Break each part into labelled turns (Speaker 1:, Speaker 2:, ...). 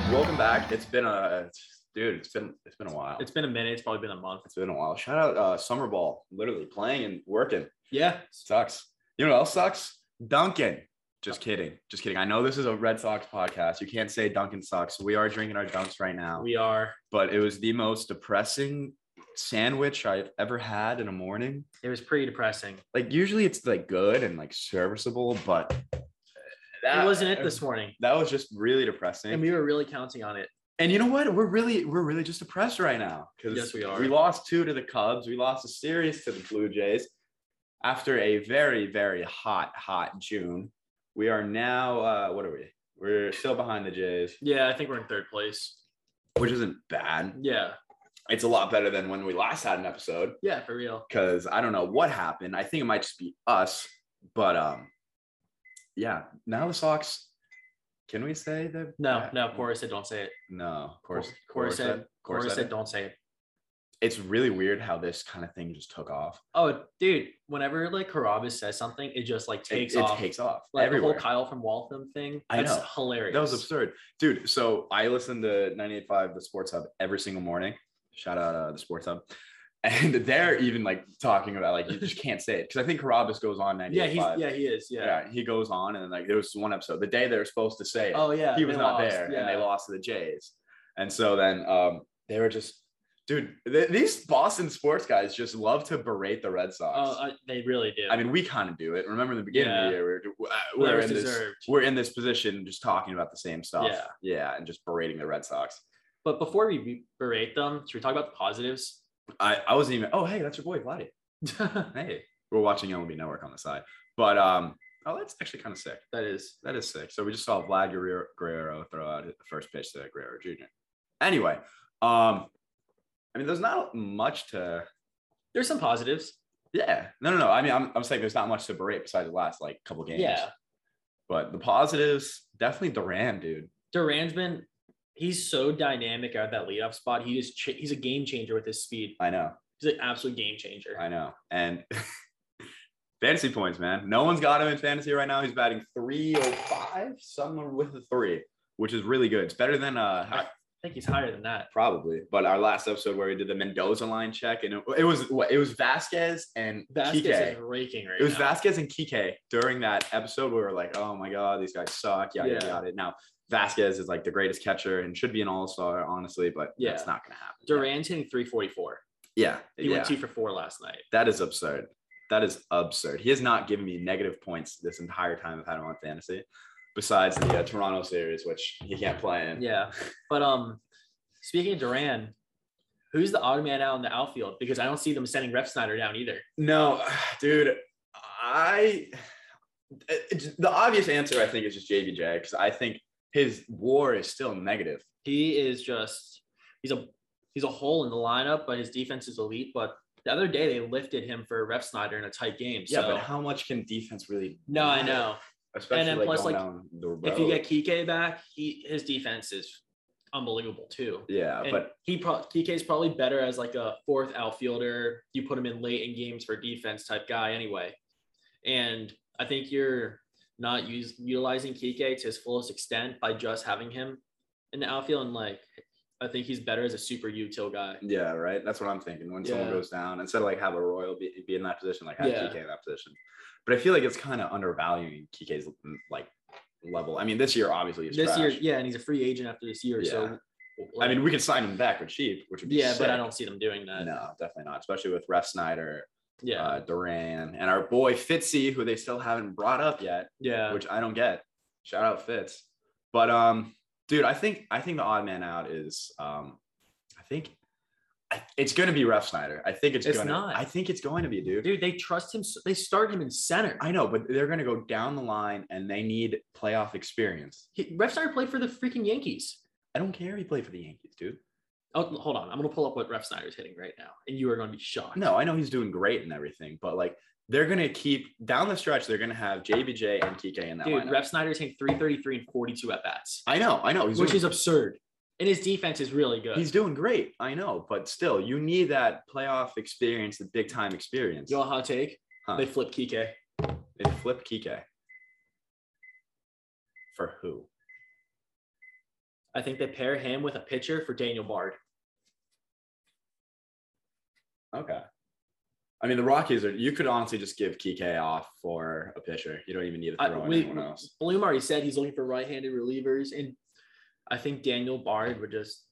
Speaker 1: yeah, it's been a it's- dude. It's been it's been a while.
Speaker 2: It's been a minute. It's probably been a month.
Speaker 1: it's been a while. Shout out uh, summer ball, literally playing and working.
Speaker 2: Yeah.
Speaker 1: Sucks. You know what else sucks? Duncan. Just kidding. Just kidding. I know this is a Red Sox podcast. You can't say Duncan sucks. We are drinking our dunks right now,
Speaker 2: We are.
Speaker 1: but it was the most depressing sandwich I've ever had in a morning.
Speaker 2: It was pretty depressing.
Speaker 1: Like usually it's like good and like serviceable, but
Speaker 2: That wasn't it this morning.
Speaker 1: That was just really depressing.
Speaker 2: And we were really counting on it.
Speaker 1: And you know what? We're really we're really just depressed right now because
Speaker 2: Yes, we are.
Speaker 1: We lost two to the Cubs. We lost a series to the Blue Jays after a very very hot hot June. We are now uh, what are we? We're still behind the Jays,
Speaker 2: Yeah, I think we're in third place.
Speaker 1: which isn't bad.
Speaker 2: Yeah.
Speaker 1: It's a lot better than when we last had an episode
Speaker 2: Yeah, for real.
Speaker 1: because I don't know what happened. I think it might just be us, but um, yeah. Now the Sox. Can we say that?
Speaker 2: No, no, Cora said don't say it.
Speaker 1: No, of course.
Speaker 2: Cora said Cora
Speaker 1: Corset?
Speaker 2: said don't say it.
Speaker 1: it's really weird how this kind of thing just took off.
Speaker 2: Oh, dude, whenever like Carabas says something, it just like
Speaker 1: It-
Speaker 2: takes
Speaker 1: it,
Speaker 2: off.
Speaker 1: takes off
Speaker 2: like
Speaker 1: everywhere.
Speaker 2: the whole Kyle from Waltham thing.
Speaker 1: I
Speaker 2: That's
Speaker 1: know.
Speaker 2: hilarious.
Speaker 1: that was absurd, dude. So I listen to 98.5 The Sports Hub every single morning. Shout out uh, The Sports Hub, and they're even like talking about like you just can't say it because I think Carabas goes on 98.5.
Speaker 2: Yeah, he's yeah, he is. Yeah.
Speaker 1: yeah, he goes on and like there was one episode the day they were supposed to say it.
Speaker 2: Oh yeah.
Speaker 1: he was
Speaker 2: they
Speaker 1: not
Speaker 2: lost,
Speaker 1: there
Speaker 2: Yeah.
Speaker 1: and they lost to the Jays. And so then um, they were just, dude, th- these Boston sports guys just love to berate the Red Sox.
Speaker 2: Oh, uh, they really did.
Speaker 1: I mean, we kind of do it. Remember in the beginning of
Speaker 2: Yeah.
Speaker 1: the year, we were, uh,
Speaker 2: Well, that
Speaker 1: we're
Speaker 2: was
Speaker 1: in this
Speaker 2: deserved.
Speaker 1: we're in this position, just talking about the same stuff.
Speaker 2: Yeah.
Speaker 1: yeah, and just berating the Red Sox.
Speaker 2: But before we be- berate them, should we talk about the positives?
Speaker 1: I, I wasn't even. Oh, hey, that's your boy Vladdy.
Speaker 2: that
Speaker 1: Hey, we're watching MLB Network on the side, but um, oh, that's actually kind of sick.
Speaker 2: is.
Speaker 1: That is sick. So we just saw Vlad Guerrero, Guerrero throw out the first pitch to Guerrero Jr. Anyway, um, I mean, there's not much to.
Speaker 2: There's some positives.
Speaker 1: Yeah, no, no, no. I mean, I'm, I'm saying there's not much to berate besides the last like couple games.
Speaker 2: Yeah.
Speaker 1: But the positives, definitely Duran, dude.
Speaker 2: Duran's been he's so dynamic out of that leadoff spot. He just ch- he's a game changer with his speed.
Speaker 1: I know,
Speaker 2: He's an absolute game changer.
Speaker 1: I know. And fantasy points, man. No one's got him in fantasy right now. He's batting 305, someone with a three, which is really good. It's better than uh
Speaker 2: I think he's higher than that.
Speaker 1: probably, but our last episode where we did the Mendoza line check, and it, it was what it was Vasquez and
Speaker 2: Vasquez is
Speaker 1: Kike.
Speaker 2: raking right
Speaker 1: It was
Speaker 2: now.
Speaker 1: Vasquez and Kike during that episode where we were like, oh my god, these guys suck. Yeah, yeah,
Speaker 2: Yeah.
Speaker 1: got it. Now Vasquez is like the greatest catcher and should be an all-star, honestly, but yeah,
Speaker 2: Yeah.
Speaker 1: it's not gonna happen.
Speaker 2: Duran's hitting 344.
Speaker 1: Yeah.
Speaker 2: He
Speaker 1: yeah.
Speaker 2: went two for four last night.
Speaker 1: That is absurd. That is absurd. He has not given me negative points this entire time I've had him on fantasy, besides the uh, Toronto series, which he can't play in.
Speaker 2: Yeah. But um speaking of Duran, who's the odd man out in the outfield? Because I don't see them sending Ref Snyder down either.
Speaker 1: No, dude, I. it's- The obvious answer, I think, is just JBJ because I think his WAR is still negative.
Speaker 2: He is just he's a he's a hole in the lineup, but his defense is elite. But the other day they lifted him for Ref Snyder in a tight game. So
Speaker 1: Yeah, but how much can defense really?
Speaker 2: no, I
Speaker 1: matter?
Speaker 2: know.
Speaker 1: Especially
Speaker 2: And then
Speaker 1: like
Speaker 2: plus,
Speaker 1: going
Speaker 2: like,
Speaker 1: down the road.
Speaker 2: If you get Kike back, he his defense is unbelievable too.
Speaker 1: yeah,
Speaker 2: And
Speaker 1: but
Speaker 2: he pro- Kike's probably better as like a fourth outfielder. You put him in late in games for defense type guy anyway. And I think you're not use, utilizing Kike to his fullest extent by just having him in the outfield. And like, I think he's better as a super util guy.
Speaker 1: Yeah, right. That's what I'm thinking. When someone
Speaker 2: Yeah.
Speaker 1: goes down, instead of like have a royal be, be in that position, like have
Speaker 2: Yeah.
Speaker 1: Kike in that position. But I feel like it's kind of undervaluing Kike's mm, like level. I mean, this year obviously is
Speaker 2: This year,
Speaker 1: trash.
Speaker 2: yeah, and he's a free agent after this year. So,
Speaker 1: I mean, we could sign him back for cheap, which would be
Speaker 2: yeah,
Speaker 1: sick.
Speaker 2: but I don't see them doing that.
Speaker 1: No, definitely not. Especially with Ref Snyder,
Speaker 2: Yeah,
Speaker 1: uh, Duran, and our boy Fitzy, who they still haven't brought up yet,
Speaker 2: yeah.
Speaker 1: which I don't get. Shout out Fitz. But um, dude, I think I think the odd man out is um, I think I- it's going to be Ref Snyder. I think it's,
Speaker 2: It's
Speaker 1: going
Speaker 2: not.
Speaker 1: I think it's going to be, dude.
Speaker 2: Dude, they trust him. so- They start him in center.
Speaker 1: I know, but they're going to go down the line and they need playoff experience.
Speaker 2: He, Ref Snyder played for the freaking Yankees.
Speaker 1: I don't care. if He played for the Yankees, dude.
Speaker 2: Oh, hold on. I'm gonna pull up what Ref Snyder's hitting right now, and you are gonna be shocked.
Speaker 1: No, I know he's doing great and everything, but like they're going to keep down the stretch. They're going to have JBJ and Kike in that
Speaker 2: dude,
Speaker 1: lineup.
Speaker 2: Ref Snyder's hitting 333 and 42 at bats,
Speaker 1: I know, I know. He's
Speaker 2: which
Speaker 1: doing,
Speaker 2: is absurd. And his defense is really good.
Speaker 1: he's doing great. I know, but still, you need that playoff experience, the big time experience.
Speaker 2: you want a hot take?
Speaker 1: Huh.
Speaker 2: They flip Kike.
Speaker 1: They flip Kike. For who?
Speaker 2: I think they pair him with a pitcher for Daniel Bard.
Speaker 1: Okay. I mean, the Rockies are. You could honestly just give Kike off for a pitcher. You don't even need to
Speaker 2: I-
Speaker 1: throw in
Speaker 2: we-
Speaker 1: anyone else.
Speaker 2: Bloom already said he's looking for right-handed relievers, and I think Daniel Bard would just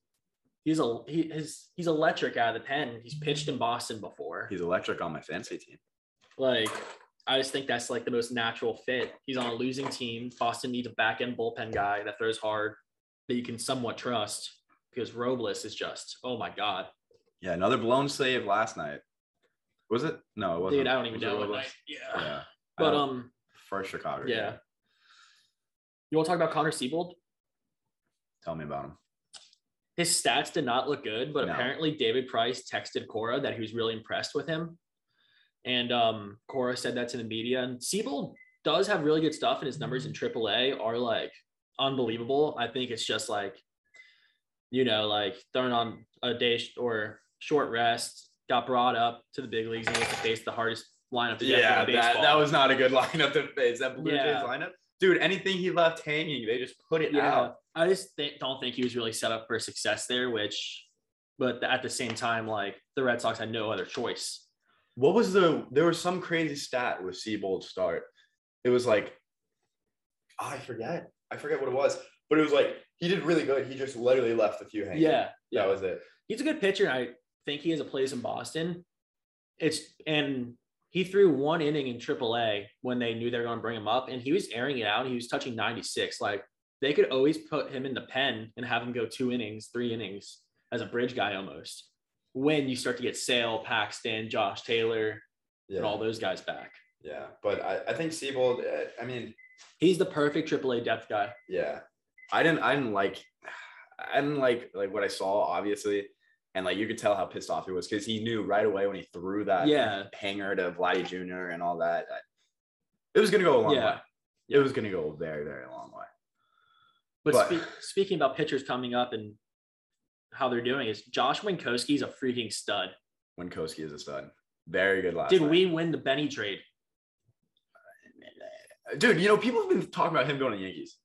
Speaker 2: he's a he his he's electric out of the pen. He's pitched in Boston before.
Speaker 1: He's electric on my fantasy team.
Speaker 2: Like I just think that's like the most natural fit. He's on a losing team. Boston needs a back end bullpen guy that throws hard that you can somewhat trust because Robles is just oh my god,
Speaker 1: Yeah, another blown save last night. Was it? No, it wasn't.
Speaker 2: dude! I don't even
Speaker 1: Was
Speaker 2: know.
Speaker 1: it
Speaker 2: what it
Speaker 1: Robles?
Speaker 2: was. Yeah,
Speaker 1: Yeah.
Speaker 2: but
Speaker 1: I-
Speaker 2: um,
Speaker 1: for Chicago.
Speaker 2: yeah. You want to talk about Connor Siebold?
Speaker 1: Tell me about him.
Speaker 2: His stats did not look good, but
Speaker 1: No.
Speaker 2: apparently David Price texted Cora that he was really impressed with him. And um, Cora said that to the media. And Siebel does have really good stuff, and his numbers in
Speaker 1: Mm-hmm.
Speaker 2: AAA are like unbelievable. I think it's just like, you know, like thrown on a day sh- or short rest, got brought up to the big leagues and was to face the hardest lineup to get
Speaker 1: Yeah,
Speaker 2: in
Speaker 1: that,
Speaker 2: baseball.
Speaker 1: that was not a good lineup to face. That Blue
Speaker 2: Yeah.
Speaker 1: Jays lineup, dude. Anything he left hanging, they just put it
Speaker 2: yeah.
Speaker 1: out.
Speaker 2: I just th- don't think he was really set up for success there, which, but at the same time, like the Red Sox had no other choice.
Speaker 1: What was the? There was some crazy stat with Seabold's start. It was like, oh, I forget. I forget what it was, but it was like he did really good. He just literally left a few hanging.
Speaker 2: Yeah,
Speaker 1: that was it.
Speaker 2: he's a good pitcher. I think he has a place in Boston. It's and he threw one inning in AAA when they knew they were going to bring him up, and he was airing it out. He was touching 96. Like they could always put him in the pen and have him go two innings, three innings as a bridge guy almost. When you start to get Sale, Paxton, Josh Taylor,
Speaker 1: Yeah,
Speaker 2: and all those guys back,
Speaker 1: yeah. But I, I think Seabold. uh, I mean,
Speaker 2: he's the perfect AAA depth guy.
Speaker 1: Yeah. I didn't I didn't like I didn't like like what I saw, obviously. And like you could tell how pissed off he was because he knew right away when he threw that
Speaker 2: yeah,
Speaker 1: hanger to Vladdy Jr. and all that. I- It was gonna go a long
Speaker 2: Yeah.
Speaker 1: way. It was gonna go a very, very long way.
Speaker 2: but,
Speaker 1: but-
Speaker 2: spe- speaking about pitchers coming up and how they're doing is Josh Winkowski's a freaking stud.
Speaker 1: When Koski is a stud. Very good last
Speaker 2: Did
Speaker 1: night.
Speaker 2: we win the Benny trade?
Speaker 1: dude, you know, people have been talking about him going to Yankees.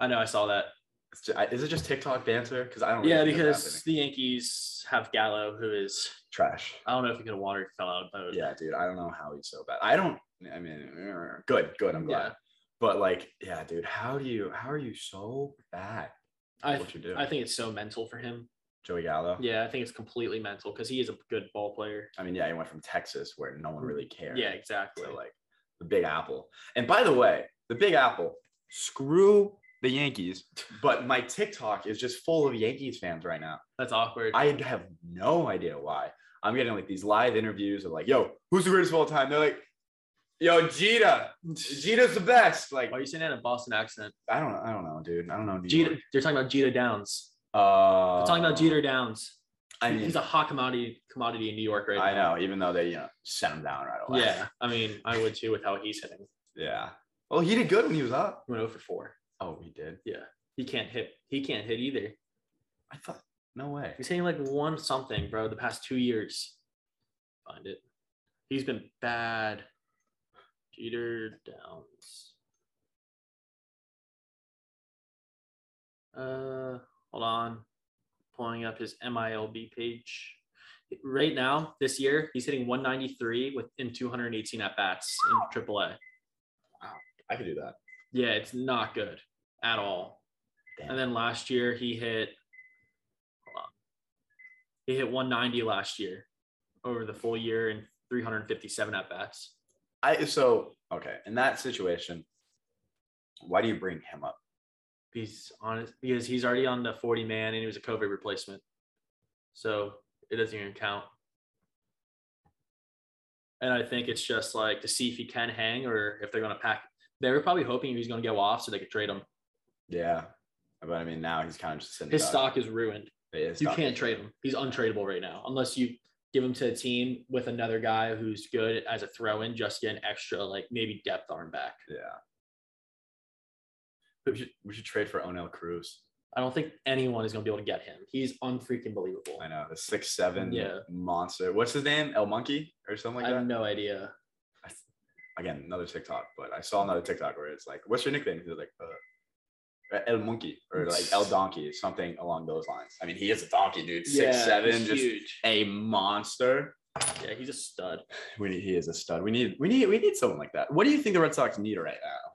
Speaker 2: I know I saw that.
Speaker 1: It's ju- I- Is it just TikTok banter? Because I don't
Speaker 2: Yeah,
Speaker 1: really think that's
Speaker 2: because
Speaker 1: happening.
Speaker 2: the Yankees have Gallo, who is
Speaker 1: trash.
Speaker 2: I don't know if he could have watered fell out, but
Speaker 1: Yeah, dude, I don't know how he's so bad. I don't. I mean, er, good, good. I'm glad.
Speaker 2: Yeah.
Speaker 1: But like, yeah, dude, how do you? How are you so bad?
Speaker 2: I
Speaker 1: at what you do,
Speaker 2: I think it's so mental for him.
Speaker 1: Joey Gallo.
Speaker 2: Yeah, I think it's completely mental because he is a good ball player.
Speaker 1: I mean, yeah, he went from Texas where no one really cared.
Speaker 2: Yeah, exactly.
Speaker 1: So like, the Big Apple. And by the way, the Big Apple. Screw the Yankees. But my TikTok is just full of Yankees fans right now.
Speaker 2: That's awkward.
Speaker 1: I have no idea why. I'm getting like these live interviews of like, yo, who's the greatest of all time? They're like, yo, Jeter. Jeter's the best. Like,
Speaker 2: Why are you saying that in a Boston accent?
Speaker 1: I don't I don't know, dude. I don't know. New
Speaker 2: Jeter,
Speaker 1: York.
Speaker 2: they're talking about Jeter Downs.
Speaker 1: Uh,
Speaker 2: They're talking about Jeter Downs.
Speaker 1: I mean,
Speaker 2: he's a hot commodity commodity in New York right now.
Speaker 1: I know, even though they you know sent him down right away.
Speaker 2: Yeah, I mean, I would too with how he's hitting.
Speaker 1: yeah. Well, he did good when he was up.
Speaker 2: He Went over four.
Speaker 1: Oh, he did.
Speaker 2: He can't hit. He can't hit either.
Speaker 1: I thought no way.
Speaker 2: He's hitting like one something, bro, the past two years. Find it. He's been bad. Jeter Downs. Uh, hold on. Pulling up his MILB page. Right now, this year, he's hitting 193 with in 218 at bats in AAA.
Speaker 1: I could do that.
Speaker 2: Yeah, it's not good at all.
Speaker 1: Damn.
Speaker 2: And then last year he hit, hold on, he hit 190 last year over the full year and 357 at bats.
Speaker 1: I so okay in that situation. Why do you bring him up?
Speaker 2: He's honest because he's already on the 40 man and he was a COVID replacement, so it doesn't even count. And I think it's just like to see if he can hang or if they're going to pack. They were probably hoping he was going to go off so they could trade him.
Speaker 1: Yeah, but I mean now he's kind of just sitting.
Speaker 2: His
Speaker 1: duck.
Speaker 2: stock is ruined.
Speaker 1: His
Speaker 2: you
Speaker 1: stock-
Speaker 2: can't trade him. He's untradeable right now, unless you give him to a team with another guy who's good as a throw-in, just get an extra like maybe depth arm back.
Speaker 1: Yeah. We should, we should trade for Onel Cruz.
Speaker 2: I don't think anyone is gonna be able to get him. He's unfreaking believable.
Speaker 1: I know the six seven
Speaker 2: Yeah.
Speaker 1: monster. What's his name? El Monkey or something like
Speaker 2: I
Speaker 1: that.
Speaker 2: have no idea.
Speaker 1: again, another TikTok, but I saw another TikTok where it's like, what's your nickname? He's like, uh, El Monkey or like El Donkey, something along those lines. I mean, he is a donkey, dude.
Speaker 2: Yeah,
Speaker 1: Six seven,
Speaker 2: he's
Speaker 1: just
Speaker 2: huge.
Speaker 1: a monster.
Speaker 2: Yeah, he's a stud.
Speaker 1: We need, he is a stud. We need we need we need someone like that. What do you think the Red Sox need right now?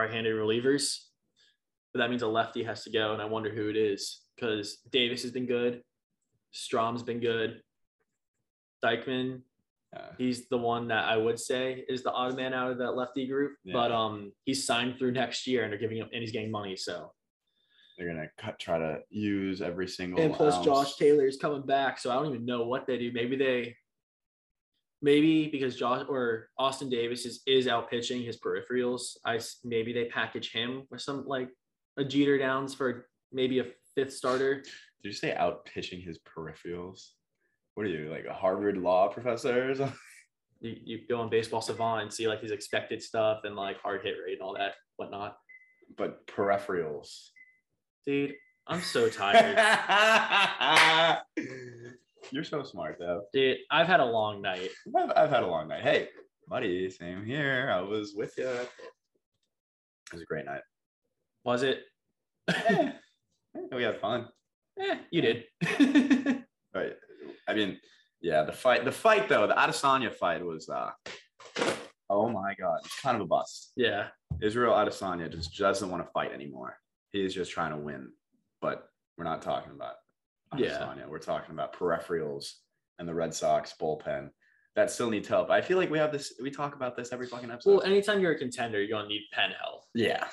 Speaker 2: Right-handed relievers, but that means a lefty has to go, and I wonder who it is because Davis has been good, Strom's been good, Dykeman.
Speaker 1: Uh,
Speaker 2: He's the one that I would say is the odd man out of that lefty group,
Speaker 1: Yeah.
Speaker 2: but um, he's signed through next year, and they're giving him, and he's getting money, so
Speaker 1: they're gonna cut, try to use every single.
Speaker 2: and plus
Speaker 1: ounce.
Speaker 2: Josh Taylor is coming back, so I don't even know what they do. Maybe they, maybe because Josh or Austin Davis is is out pitching his peripherals. I s- maybe they package him with some like a Jeter Downs for maybe a fifth starter.
Speaker 1: Did you say out pitching his peripherals? What are you like a Harvard law professor or something?
Speaker 2: You, you go on Baseball Savant and see like his expected stuff and like hard hit rate and all that whatnot.
Speaker 1: But peripherals.
Speaker 2: Dude, I'm so tired.
Speaker 1: You're so smart though.
Speaker 2: Dude, I've had a long night.
Speaker 1: I've, I've had a long night. Hey, buddy, same here. I was with you. It was a great night.
Speaker 2: Was it?
Speaker 1: Eh, we had fun.
Speaker 2: Eh, you did.
Speaker 1: Right. I mean, yeah, the fight, the fight though, the Adesanya fight was uh oh my god, it's kind of a bust.
Speaker 2: yeah.
Speaker 1: Israel Adesanya just doesn't want to fight anymore. He is just trying to win. But we're not talking about
Speaker 2: Yeah.
Speaker 1: Adesanya. We're talking about peripherals and the Red Sox bullpen that still needs help. I feel like we have this. We talk about this every fucking episode.
Speaker 2: Well, anytime you're a contender, you're gonna need pen help.
Speaker 1: yeah.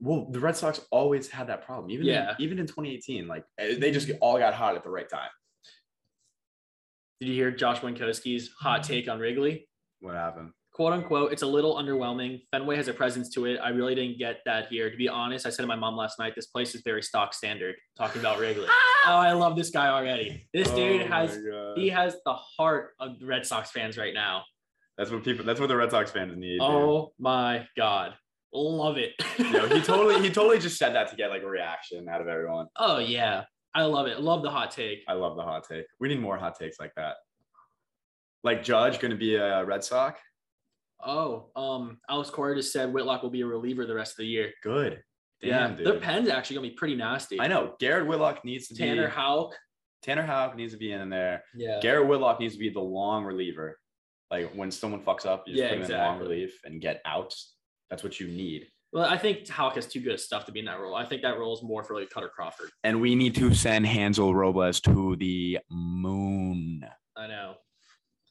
Speaker 1: Well, the Red Sox always had that problem. Even in-
Speaker 2: Yeah.
Speaker 1: even in 2018, like eh, they just all got hot at the right time.
Speaker 2: Did you hear Josh Winkowski's hot take on Wrigley?
Speaker 1: What happened?
Speaker 2: Quote unquote, it's a little underwhelming. Fenway has a presence to it. I really didn't get that here. To be honest, I said to my mom last night, this place is very stock standard. Talking about Wrigley. oh, I love this guy already. This dude
Speaker 1: Oh
Speaker 2: has
Speaker 1: my God.
Speaker 2: he has the heart of the Red Sox fans right now.
Speaker 1: That's what people. That's what the Red Sox fans need. dude.
Speaker 2: Oh my god, love it.
Speaker 1: Yo, he totally, he totally just said that to get like a reaction out of everyone.
Speaker 2: oh yeah, I love it. Love the hot take.
Speaker 1: I love the hot take. We need more hot takes like that. Like Judge going to be a Red Sox.
Speaker 2: Oh, um, Alex Cora just said Whitlock will be a reliever the rest of the year.
Speaker 1: Good.
Speaker 2: Yeah,
Speaker 1: Damn, dude.
Speaker 2: their pen's actually gonna be pretty nasty.
Speaker 1: I know. Garrett Whitlock needs to
Speaker 2: Tanner
Speaker 1: be.
Speaker 2: Houck.
Speaker 1: Tanner Houck needs to be in there.
Speaker 2: Yeah.
Speaker 1: Garrett Whitlock needs to be the long reliever. Like when someone fucks up, you just
Speaker 2: Yeah,
Speaker 1: put him in long
Speaker 2: exactly.
Speaker 1: relief and get out. That's what you need.
Speaker 2: Well, I think Houck has too good of stuff to be in that role. I think that role is more for like Cutter Crawford.
Speaker 1: And we need to send Hansel Robles to the moon
Speaker 2: I know.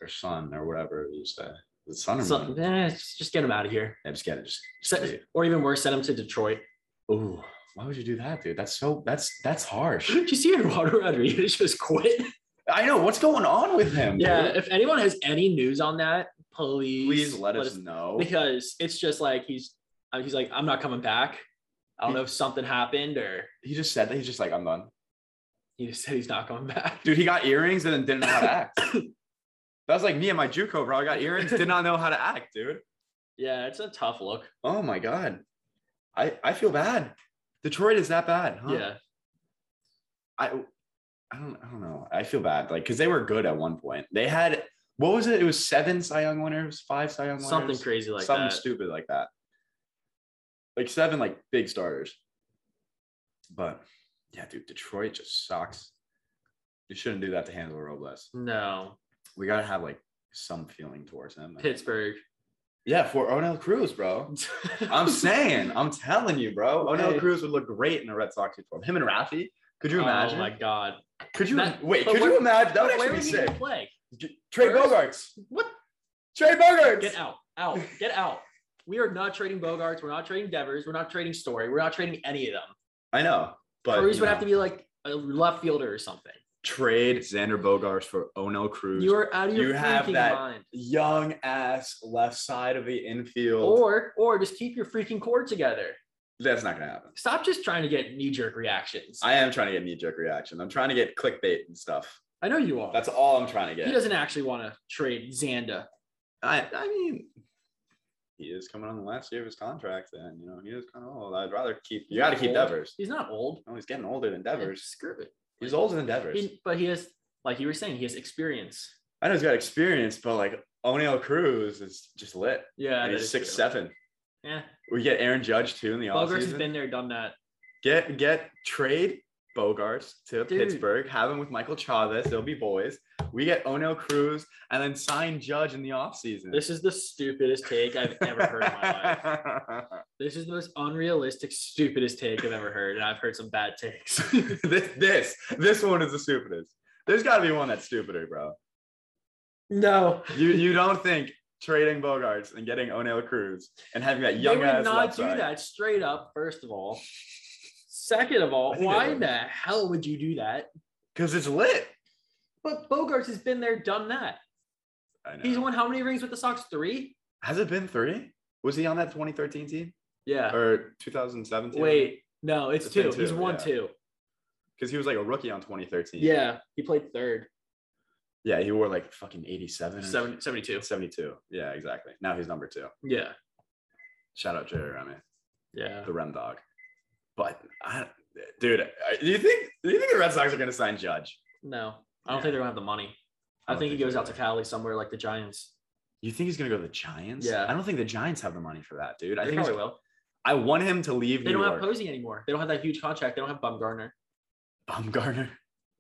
Speaker 1: or sun or whatever you say. The sun or moon?
Speaker 2: So, eh, just just get him out of here.
Speaker 1: I just get it. Just,
Speaker 2: Se- or even worse, send him to Detroit.
Speaker 1: Ooh, why would you do that, dude? That's so that's that's harsh.
Speaker 2: Did you see Eduardo Rodriguez just quit?
Speaker 1: I know what's going on with him.
Speaker 2: yeah.
Speaker 1: dude?
Speaker 2: If anyone has any news on that, please
Speaker 1: please let us know.
Speaker 2: because it's just like he's uh, he's like I'm not coming back. I don't know if something happened or
Speaker 1: He just said that he's just like I'm done,
Speaker 2: he just said he's not coming back.
Speaker 1: dude. He got earrings and then didn't know how to act. That was like me and my JUCO, bro. I got earrings, did not know how to act, dude.
Speaker 2: Yeah, it's a tough look.
Speaker 1: Oh my god, I I feel bad. Detroit is that bad, huh?
Speaker 2: Yeah.
Speaker 1: I I don't I don't know. I feel bad, like because they were good at one point. They had what was it? It was seven Cy Young winners, five Cy Young winners,
Speaker 2: Something crazy like
Speaker 1: something
Speaker 2: that.
Speaker 1: stupid like that. Like seven, like big starters. But yeah, dude, Detroit just sucks. You shouldn't do that to Handel Robles.
Speaker 2: no.
Speaker 1: We gotta have like some feeling towards him.
Speaker 2: Pittsburgh.
Speaker 1: Yeah, for O'Neill Cruz, bro. I'm saying, I'm telling you, bro. O'Neill
Speaker 2: Hey.
Speaker 1: Cruz would look great in a Red Sox uniform. Him and Rafi. Could you imagine?
Speaker 2: Oh my god.
Speaker 1: could you
Speaker 2: That-
Speaker 1: wait?
Speaker 2: but
Speaker 1: Could you
Speaker 2: where-
Speaker 1: imagine? That would
Speaker 2: Where
Speaker 1: actually be
Speaker 2: would he
Speaker 1: sick.
Speaker 2: even play?
Speaker 1: Trey
Speaker 2: where is-
Speaker 1: Bogarts.
Speaker 2: What?
Speaker 1: Trey Bogarts.
Speaker 2: Get out. Out. Get out. We are not trading Bogarts. We're not trading Devers. We're not trading Story. We're not trading any of them.
Speaker 1: I know, but
Speaker 2: Cruz
Speaker 1: you
Speaker 2: would
Speaker 1: know,
Speaker 2: have to be like a left fielder or something.
Speaker 1: trade Xander Bogarts for O'Neill Cruz.
Speaker 2: You are out of your
Speaker 1: You
Speaker 2: freaking
Speaker 1: have that
Speaker 2: mind.
Speaker 1: young ass left side of the infield.
Speaker 2: Or or just keep your freaking core together.
Speaker 1: That's not gonna happen.
Speaker 2: Stop just trying to get knee jerk reactions.
Speaker 1: I
Speaker 2: I,
Speaker 1: am trying to get knee jerk reaction. I'm trying to get clickbait and stuff.
Speaker 2: know you are.
Speaker 1: That's all I'm trying to
Speaker 2: He
Speaker 1: get.
Speaker 2: doesn't actually want to trade Xanda.
Speaker 1: I, I mean, he is coming on the last year of his contract, and you know he is kind of old. I'd rather keep. You got to keep
Speaker 2: Old.
Speaker 1: Devers.
Speaker 2: He's not old.
Speaker 1: No, he's getting older than
Speaker 2: Yeah,
Speaker 1: Devers.
Speaker 2: Screw it.
Speaker 1: He's older than Devers.
Speaker 2: He- but he has, like you were saying, he has experience.
Speaker 1: I know he's got experience, but like O'Neill Cruz is just lit.
Speaker 2: Yeah,
Speaker 1: And
Speaker 2: that
Speaker 1: he's
Speaker 2: is
Speaker 1: six
Speaker 2: true.
Speaker 1: seven.
Speaker 2: Yeah.
Speaker 1: We get Aaron Judge too in the
Speaker 2: Bogarts has
Speaker 1: offseason.
Speaker 2: been there, done that.
Speaker 1: get get trade Bogarts to
Speaker 2: Dude.
Speaker 1: Pittsburgh. Have him with Michael Chavez. They'll be boys. We get Ono Cruz and then sign Judge in the offseason.
Speaker 2: This is the stupidest take I've ever heard in my life. This is the most unrealistic, stupidest take I've ever heard, and I've heard some bad takes.
Speaker 1: this this this one is the stupidest. There's got to be one that's stupider, bro.
Speaker 2: no,
Speaker 1: You you don't think trading Bogarts and getting O'Neal Cruz and having that young
Speaker 2: they
Speaker 1: ass
Speaker 2: would not
Speaker 1: left
Speaker 2: do
Speaker 1: side.
Speaker 2: that straight up. First of all, second of all,
Speaker 1: I think they
Speaker 2: why
Speaker 1: would.
Speaker 2: the hell would you do that?
Speaker 1: because it's lit.
Speaker 2: But Bogarts has been there, done that.
Speaker 1: I know.
Speaker 2: He's won how many rings with the Sox? Three.
Speaker 1: Has it been three? Was he on that 2013 team
Speaker 2: Yeah.
Speaker 1: or 2017?
Speaker 2: Wait, no, it's,
Speaker 1: It's
Speaker 2: two.
Speaker 1: been
Speaker 2: He's
Speaker 1: two,
Speaker 2: won
Speaker 1: yeah.
Speaker 2: two.
Speaker 1: because he was like a rookie on 2013.
Speaker 2: Yeah, he played third.
Speaker 1: Yeah, he wore like fucking 87 or
Speaker 2: Seven, 72.
Speaker 1: 72. Yeah, exactly. Now he's number two.
Speaker 2: Yeah.
Speaker 1: Shout out Jerry Remy,
Speaker 2: Yeah.
Speaker 1: the Rem dog. But I, dude, I- do you think do you think the Red Sox are gonna sign Judge?
Speaker 2: No, I don't think they're gonna have the money. I,
Speaker 1: I don't
Speaker 2: think he
Speaker 1: think
Speaker 2: goes
Speaker 1: so
Speaker 2: out to Cali somewhere like the Giants.
Speaker 1: You think he's gonna go to the Giants?
Speaker 2: Yeah.
Speaker 1: I don't think the Giants have the money for that, dude. I
Speaker 2: They
Speaker 1: think
Speaker 2: probably
Speaker 1: it's-
Speaker 2: will.
Speaker 1: I want him to leave
Speaker 2: They
Speaker 1: New
Speaker 2: don't have
Speaker 1: York.
Speaker 2: Posey anymore. They don't have that huge contract. They don't have Bumgarner.
Speaker 1: Bumgarner.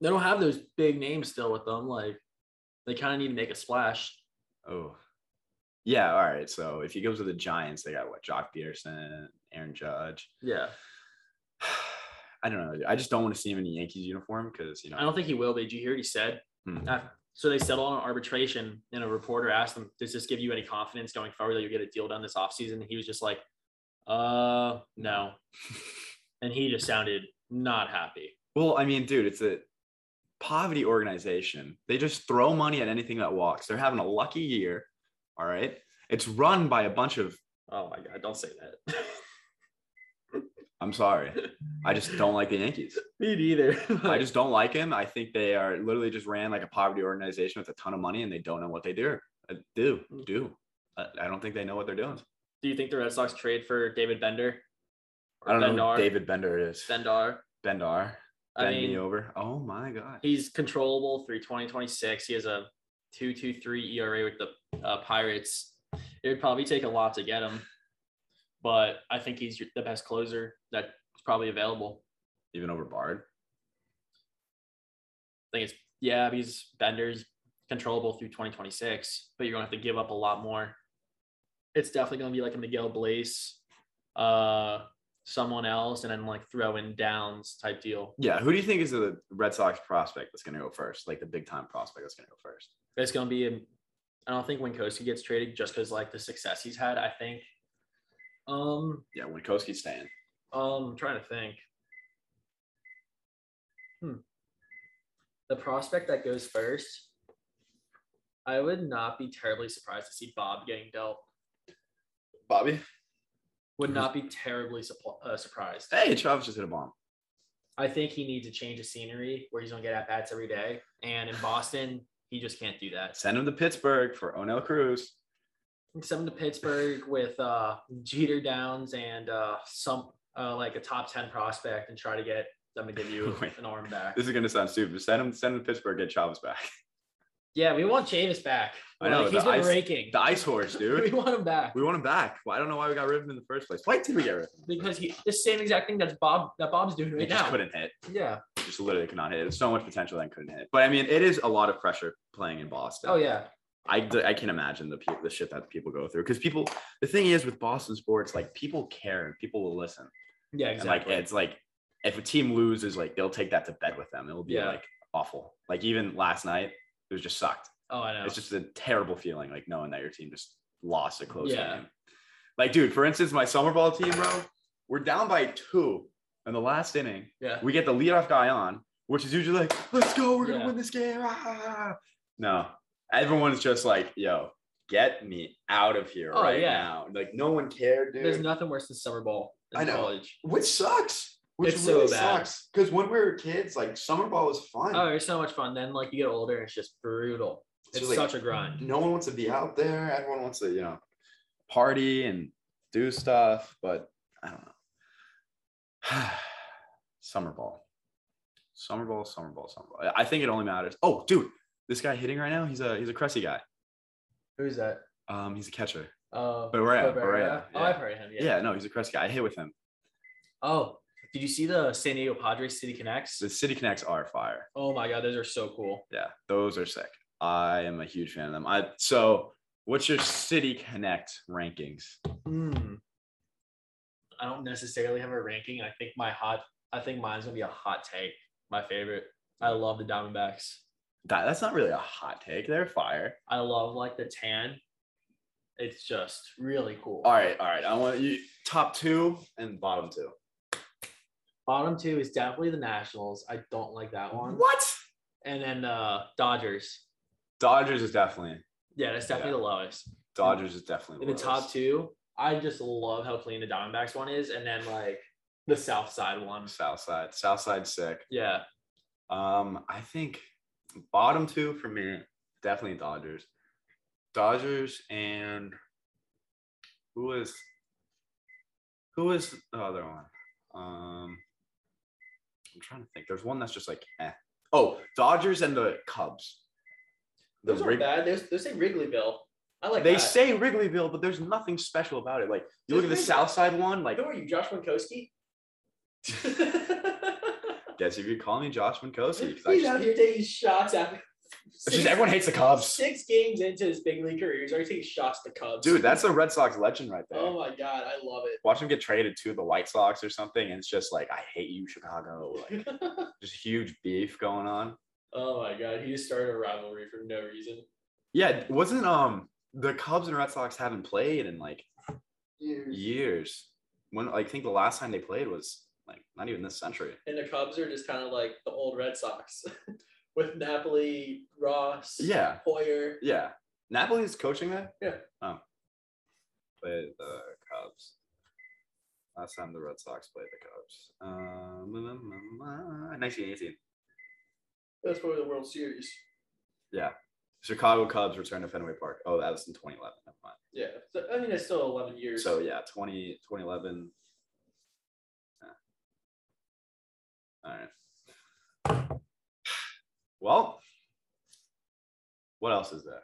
Speaker 2: They don't have those big names still with them. Like they kind of need to make a splash.
Speaker 1: Oh. Yeah, all right. So if he goes to the Giants, they got what? Jock Peterson, Aaron Judge.
Speaker 2: Yeah.
Speaker 1: I don't know. dude. I just don't want to see him in a Yankees uniform because you know
Speaker 2: I don't think he will. But did you hear what he said?
Speaker 1: Hmm.
Speaker 2: Af- So they settled on arbitration, and a reporter asked him, "Does this give you any confidence going forward that you'll get a deal done this offseason?" And he was just like, "Uh, no," and he just sounded not happy.
Speaker 1: Well, I mean, dude, it's a poverty organization. They just throw money at anything that walks. They're having a lucky year. All right. It's run by a bunch of,
Speaker 2: Oh my god, don't say that.
Speaker 1: I'm sorry. I just don't like the Yankees.
Speaker 2: Me neither.
Speaker 1: I just don't like him. I think they are literally just ran like a poverty organization with a ton of money and they don't know what they do. Uh, Do,
Speaker 2: Hmm.
Speaker 1: do. I I don't think they know what they're doing.
Speaker 2: Do you think the Red Sox trade for David Bender?
Speaker 1: I don't know
Speaker 2: Bendar?
Speaker 1: who David Bender is.
Speaker 2: Bendar.
Speaker 1: Bendar.
Speaker 2: I
Speaker 1: Bend me
Speaker 2: mean,
Speaker 1: over. Oh my God.
Speaker 2: he's controllable through 2026. He has a 2.23 ERA E with the uh, Pirates. It would probably take a lot to get him, but I think he's the best closer that's probably available.
Speaker 1: Even over Bard.
Speaker 2: I think it's yeah, he's Bender's controllable through 2026, but you're gonna have to give up a lot more. It's definitely gonna be like a Miguel Blaise, uh, someone else, and then like throw in Downs type deal.
Speaker 1: Yeah. Who do you think is the Red Sox prospect that's going to go first? Like the big time prospect that's going to go first?
Speaker 2: It's gonna be. A, I don't think Winkoski gets traded just because like the success he's had. I think. Um,
Speaker 1: Yeah, Winkowski's staying.
Speaker 2: um, I'm trying to think. Hmm. The prospect that goes first, I would not be terribly surprised to see Bob getting dealt.
Speaker 1: Bobby. Mm-hmm.
Speaker 2: would not be terribly supl- uh, surprised.
Speaker 1: Hey, Travis just hit a bomb.
Speaker 2: I think he needs a change of scenery where he's gonna get at bats every day, and in Boston, he just can't do that.
Speaker 1: Send him to Pittsburgh for Onel Cruz.
Speaker 2: Send him to Pittsburgh with uh, Jeter Downs and uh, some uh, like a top ten prospect, and try to get them to give you
Speaker 1: Wait.
Speaker 2: an arm back.
Speaker 1: This is gonna sound stupid. but Send him, send him to Pittsburgh. Get Travis back.
Speaker 2: Yeah, we want Chavis back.
Speaker 1: I know,
Speaker 2: Like, he's
Speaker 1: the
Speaker 2: been
Speaker 1: ice-
Speaker 2: raking.
Speaker 1: The Ice Horse,
Speaker 2: We
Speaker 1: dude.
Speaker 2: want him back
Speaker 1: We want him back. Well, I don't know why we got rid of him in the first place. Why did we get rid of him?
Speaker 2: because he the same exact thing that's Bob that Bob's doing
Speaker 1: He
Speaker 2: right
Speaker 1: just
Speaker 2: now.
Speaker 1: couldn't hit.
Speaker 2: Yeah.
Speaker 1: Just literally could not hit. There's so much potential that couldn't hit. But I mean, it is a lot of pressure playing in Boston.
Speaker 2: Oh yeah.
Speaker 1: I, d- I can imagine the pe- the shit that people go through because people. The thing is with Boston sports, like people care and people will listen.
Speaker 2: Yeah.
Speaker 1: And
Speaker 2: Exactly.
Speaker 1: like it's like if a team loses, like they'll take that to bed with them. It'll be
Speaker 2: Yeah.
Speaker 1: like awful. Like even last night, it was just sucked.
Speaker 2: oh, I know.
Speaker 1: It's just a terrible feeling, like knowing that your team just lost a close
Speaker 2: Yeah.
Speaker 1: game. Like, dude, for instance, my summer ball team, bro, we're down by two in the last inning.
Speaker 2: yeah.
Speaker 1: We get the leadoff guy on, which is usually like, let's go, we're
Speaker 2: Yeah.
Speaker 1: gonna win this game. Ah. No, everyone's just like, yo, get me out of here
Speaker 2: Oh,
Speaker 1: right
Speaker 2: yeah.
Speaker 1: now. Like, no one cared, dude
Speaker 2: There's nothing worse than summer ball in
Speaker 1: I know.
Speaker 2: college.
Speaker 1: which sucks. Which
Speaker 2: It's so
Speaker 1: really
Speaker 2: bad.
Speaker 1: sucks. Because when we were kids, like summer ball was fun.
Speaker 2: Oh, it's so much fun. Then like you get older, it's just brutal.
Speaker 1: So,
Speaker 2: It's
Speaker 1: like,
Speaker 2: such a grind.
Speaker 1: no one wants to be out there. Everyone wants to, you know, party and do stuff. But I don't know. summer ball, summer ball, summer ball, summer ball. I- I think it only matters. Oh, dude, this guy hitting right now. He's a he's a Cressy guy.
Speaker 2: Who's that?
Speaker 1: Um, he's a catcher.
Speaker 2: Uh,
Speaker 1: Barea, Barea,
Speaker 2: Oh,
Speaker 1: yeah.
Speaker 2: I've heard of him. Yeah.
Speaker 1: Yeah, no, he's a Crest guy. I hit with him.
Speaker 2: Oh, did you see the San Diego Padres City Connects?
Speaker 1: The City Connects are fire.
Speaker 2: Oh my God, those are so cool.
Speaker 1: Yeah, those are sick. I am a huge fan of them. I so what's your City Connect rankings?
Speaker 2: Mm. I don't necessarily have a ranking. I think my hot, I think mine's gonna be a hot take. My favorite. I love the Diamondbacks.
Speaker 1: That, that's not really a hot take. They're fire.
Speaker 2: I love like the tan. It's just really cool.
Speaker 1: All right, all right. I want you top two and bottom two.
Speaker 2: Bottom two is definitely the Nationals. I don't like that one.
Speaker 1: What?
Speaker 2: And then uh Dodgers.
Speaker 1: Dodgers is definitely
Speaker 2: Yeah, that's definitely the lowest.
Speaker 1: Dodgers is definitely
Speaker 2: In the
Speaker 1: lowest.
Speaker 2: top two, I just love how clean the Diamondbacks one is, and then like the South Side one.
Speaker 1: Southside. Southside sick.
Speaker 2: Yeah,
Speaker 1: Um, I think bottom two for me definitely Dodgers. Dodgers and who is who is the other one? Um, I'm trying to think. There's one that's just like eh. Oh, Dodgers and the Cubs. The
Speaker 2: those aren't
Speaker 1: Wrig-
Speaker 2: bad. They're, they're saying Wrigleyville. I like
Speaker 1: they
Speaker 2: that.
Speaker 1: say Wrigleyville, but there's nothing special about it. Like you look at the
Speaker 2: There's Wrigley-
Speaker 1: South Side one, like
Speaker 2: Who are you, Josh Winkowski?
Speaker 1: guess if you call me Josh Minkowski,
Speaker 2: He's out here taking shots after six,
Speaker 1: everyone hates the Cubs.
Speaker 2: six games into his big league career. He's already taking shots to Cubs.
Speaker 1: Dude, that's a Red Sox legend right there.
Speaker 2: Oh my god, I love it.
Speaker 1: watch him get traded to the White Sox or something, and it's just like, I hate you, Chicago. Like, just huge beef going on.
Speaker 2: oh my god, he just started a rivalry for no reason.
Speaker 1: Yeah, wasn't um the Cubs and Red Sox haven't played in like years. When I think the last time they played was like not even this century.
Speaker 2: And the Cubs are just kind of like the old Red Sox with Napoli, Ross,
Speaker 1: Yeah,
Speaker 2: Hoyer.
Speaker 1: yeah. Napoli's coaching there.
Speaker 2: Yeah.
Speaker 1: Oh. Played the Cubs. Last time the Red Sox played the Cubs. Um, 1918.
Speaker 2: That's probably the World Series.
Speaker 1: Chicago Cubs returned to Fenway Park. Oh, that was in 2011. Never mind.
Speaker 2: Yeah. So, I mean, it's still 11 years.
Speaker 1: So yeah, 20, 2011. Yeah. All right. Well, what else is there?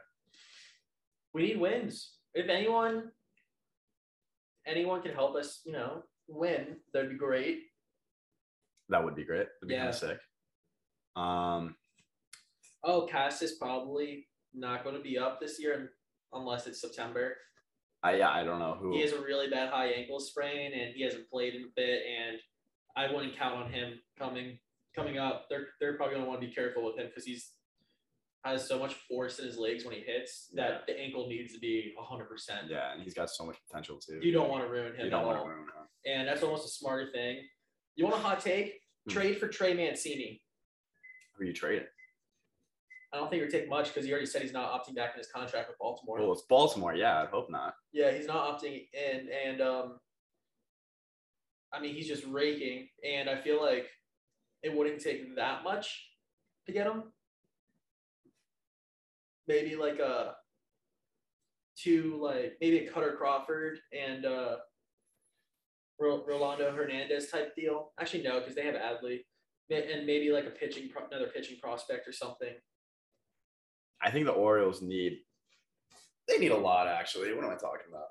Speaker 2: we need wins. If anyone, anyone can help us, you know, win, that'd be great.
Speaker 1: That would be great. That'd be
Speaker 2: Yeah.
Speaker 1: kind of sick. Um,
Speaker 2: Oh, Cass is probably not going to be up this year unless it's September.
Speaker 1: I yeah, I don't know who.
Speaker 2: He has a really bad high ankle sprain and he hasn't played in a bit. And I wouldn't count on him coming coming up. They're they're probably gonna want to be careful with him because he's has so much force in his legs when he hits that
Speaker 1: Yeah.
Speaker 2: the ankle needs to be hundred percent.
Speaker 1: yeah, and he's got so much potential too.
Speaker 2: You don't want to ruin him
Speaker 1: You
Speaker 2: at
Speaker 1: don't want to
Speaker 2: all.
Speaker 1: ruin him.
Speaker 2: And that's almost a smarter thing. You want a hot take?
Speaker 1: Hmm.
Speaker 2: Trade for Trey Mancini.
Speaker 1: Who you trading?
Speaker 2: I don't think it would take much because he already said he's not opting back in his contract with Baltimore.
Speaker 1: Well, it's Baltimore. Yeah, I hope not.
Speaker 2: Yeah, he's not opting in, and um, I mean he's just raking, and I feel like it wouldn't take that much to get him. Maybe like a two, like maybe a Cutter Crawford and uh, Ro- Rolando Hernandez type deal. Actually, no, because they have Adley, Ma- and maybe like a pitching, pro- another pitching prospect or something.
Speaker 1: I think the Orioles need. They need a lot, actually. What am I talking about?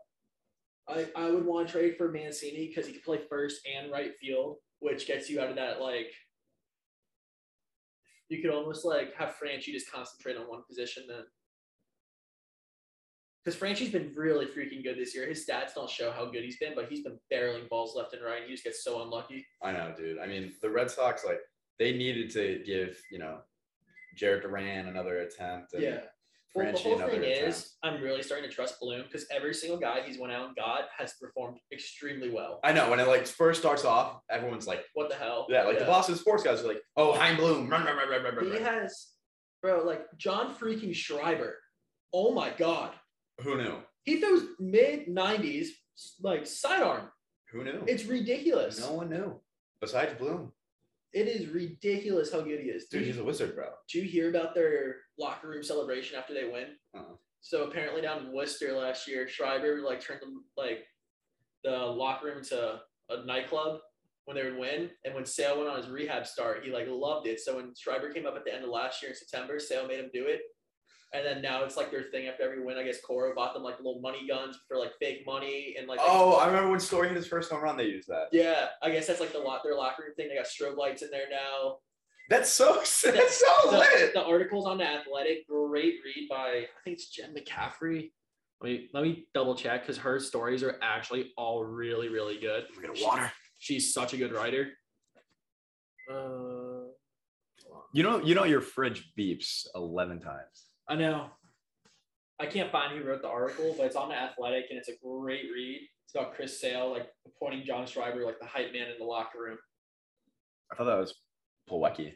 Speaker 2: I, I would want to trade for Mancini because he can play first and right field, which gets you out of that like you could almost like have Franchi just concentrate on one position then. Because Franchi's been really freaking good this year. His stats don't show how good he's been, but he's been barreling balls left and right. And he just gets so unlucky.
Speaker 1: I know, dude. I mean, the Red Sox, like, they needed to give, you know, Jared Duran another attempt. And
Speaker 2: Well, the
Speaker 1: Franchi
Speaker 2: whole
Speaker 1: another
Speaker 2: thing
Speaker 1: attempt.
Speaker 2: is, I'm really starting to trust Bloom because every single guy he's went out and got has performed extremely well.
Speaker 1: I know. When it, like, first starts off, everyone's like,
Speaker 2: What the hell?
Speaker 1: yeah, like the Boston sports guys are like, oh, Hein Bloom, run, run, run, run, run, run.
Speaker 2: He
Speaker 1: run.
Speaker 2: has, bro, like John freaking Schreiber. Oh my God.
Speaker 1: Who knew?
Speaker 2: He throws mid 90s, like sidearm.
Speaker 1: Who knew?
Speaker 2: It's ridiculous.
Speaker 1: no one knew besides Bloom.
Speaker 2: It is ridiculous how good he is.
Speaker 1: Dude,
Speaker 2: Did,
Speaker 1: he's
Speaker 2: you,
Speaker 1: a wizard, bro.
Speaker 2: did you hear about their locker room celebration after they win?
Speaker 1: Uh-uh.
Speaker 2: So apparently down in Worcester last year, Schreiber like turned them like the locker room to a nightclub when they would win. And when Sale went on his rehab start, he like loved it. So when Schreiber came up at the end of last year in September, Sale made him do it. And then now it's like their thing after every win. I guess Cora bought them like little money guns for like fake money and like.
Speaker 1: Oh, I remember when Story hit his first home run. They used that.
Speaker 2: Yeah, I guess that's like the lot their locker room thing. They got strobe lights in there now.
Speaker 1: That's so that's so
Speaker 2: The,
Speaker 1: lit.
Speaker 2: the article's on the Athletic. Great read by I think it's Jen McCaffrey. Let me let me double check because her stories are actually all really really good.
Speaker 1: I'm gonna water.
Speaker 2: She's such a good writer. Uh,
Speaker 1: You know, you know, your fridge beeps eleven times.
Speaker 2: I know. I can't find who wrote the article, but it's on the Athletic and it's a great read. It's about Chris Sale like appointing John Schreiber like the hype man in the locker room.
Speaker 1: I thought that was Pawlecki.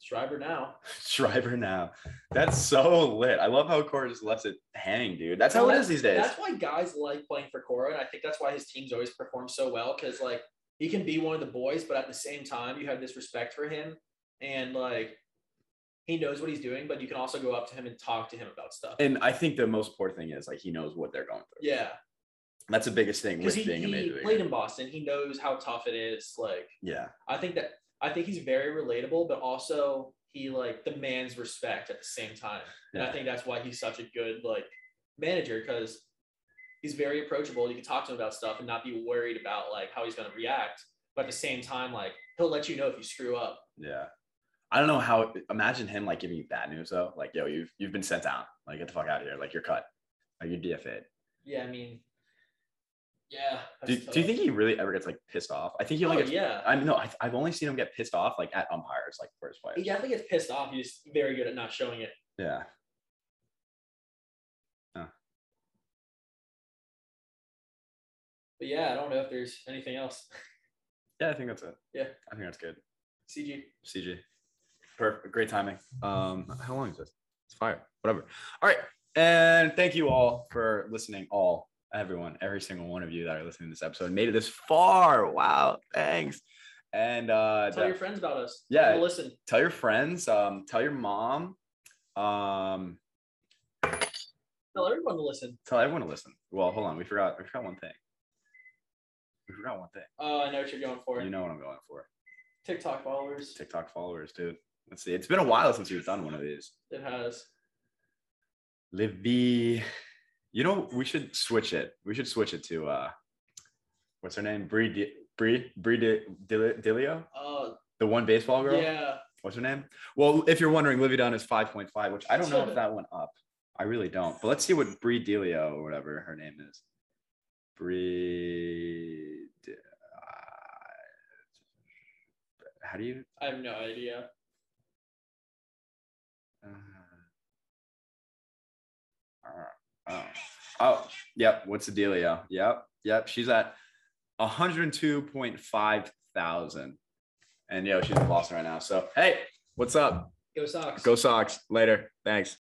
Speaker 2: Schreiber now.
Speaker 1: Schreiber now. That's so lit. I love how Cora just lets it hang, dude. That's how it is these days.
Speaker 2: That's why guys like playing for Cora, and I think that's why his teams always perform so well because like he can be one of the boys, but at the same time you have this respect for him, and like he knows what he's doing, but you can also go up to him and talk to him about stuff.
Speaker 1: And I think the most important thing is like he knows what they're going through.
Speaker 2: yeah,
Speaker 1: That's the biggest thing
Speaker 2: because
Speaker 1: with
Speaker 2: he,
Speaker 1: being a
Speaker 2: he
Speaker 1: major
Speaker 2: played
Speaker 1: leaguer.
Speaker 2: in Boston. He knows how tough it is. Like
Speaker 1: Yeah.
Speaker 2: I think that I think he's very relatable, but also he like demands respect at the same time. And I
Speaker 1: Yeah.
Speaker 2: think that's why he's such a good like manager because he's very approachable. You can talk to him about stuff and not be worried about like how he's going to react. But at the same time, like he'll let you know if you screw up.
Speaker 1: Yeah. I don't know how imagine him like giving you bad news though. Like, yo, you've you've been sent down. Like get the fuck out of here. Like you're cut. Like you're DFA'd.
Speaker 2: Yeah, I mean, yeah.
Speaker 1: Do,
Speaker 2: that's
Speaker 1: do you
Speaker 2: tough.
Speaker 1: think he really ever gets like pissed off? I think he
Speaker 2: Oh,
Speaker 1: only gets
Speaker 2: yeah.
Speaker 1: I mean no, I I've only seen him get pissed off like at umpires, like first play.
Speaker 2: He definitely gets pissed off. He's very good at not showing it.
Speaker 1: Yeah.
Speaker 2: But yeah, I don't know if there's anything else.
Speaker 1: Yeah, I think that's it.
Speaker 2: Yeah.
Speaker 1: I think that's good.
Speaker 2: CG.
Speaker 1: CG. Perfect. Great timing. Um, how long is this? It's fire. Whatever. All right. And thank you all for listening. All everyone, every single one of you that are listening to this episode made it this far. Wow. Thanks. And uh
Speaker 2: Tell your
Speaker 1: that-
Speaker 2: friends about us.
Speaker 1: Yeah.
Speaker 2: We'll listen.
Speaker 1: tell your friends, um, tell your mom, um,
Speaker 2: Tell everyone to listen.
Speaker 1: tell everyone to listen. Well, hold on. We forgot we forgot one thing. We forgot one thing.
Speaker 2: Oh, I know what you're going for.
Speaker 1: You know what I'm going for.
Speaker 2: TikTok followers.
Speaker 1: TikTok followers, dude. Let's see. It's been a while since we've done one of these.
Speaker 2: It has.
Speaker 1: Livy. You know, we should switch it. We should switch it to uh what's her name? Bree Di- Bree Bree Di- Dil- Dilio,
Speaker 2: Oh,
Speaker 1: the one baseball girl.
Speaker 2: yeah.
Speaker 1: What's her name? Well, if you're wondering, Livy Dunn is 5.5, which I don't know if that went up. I really don't. But let's see what Bree Delio or whatever her name is. Bree Di- uh, How do you
Speaker 2: I have no idea.
Speaker 1: Uh, oh, oh, yep. What's the dealio? Yep, yep. She's at 102.5 thousand, and yo, she's in Boston right now. So hey, what's up?
Speaker 2: Go Sox.
Speaker 1: Go Sox! Later. Thanks.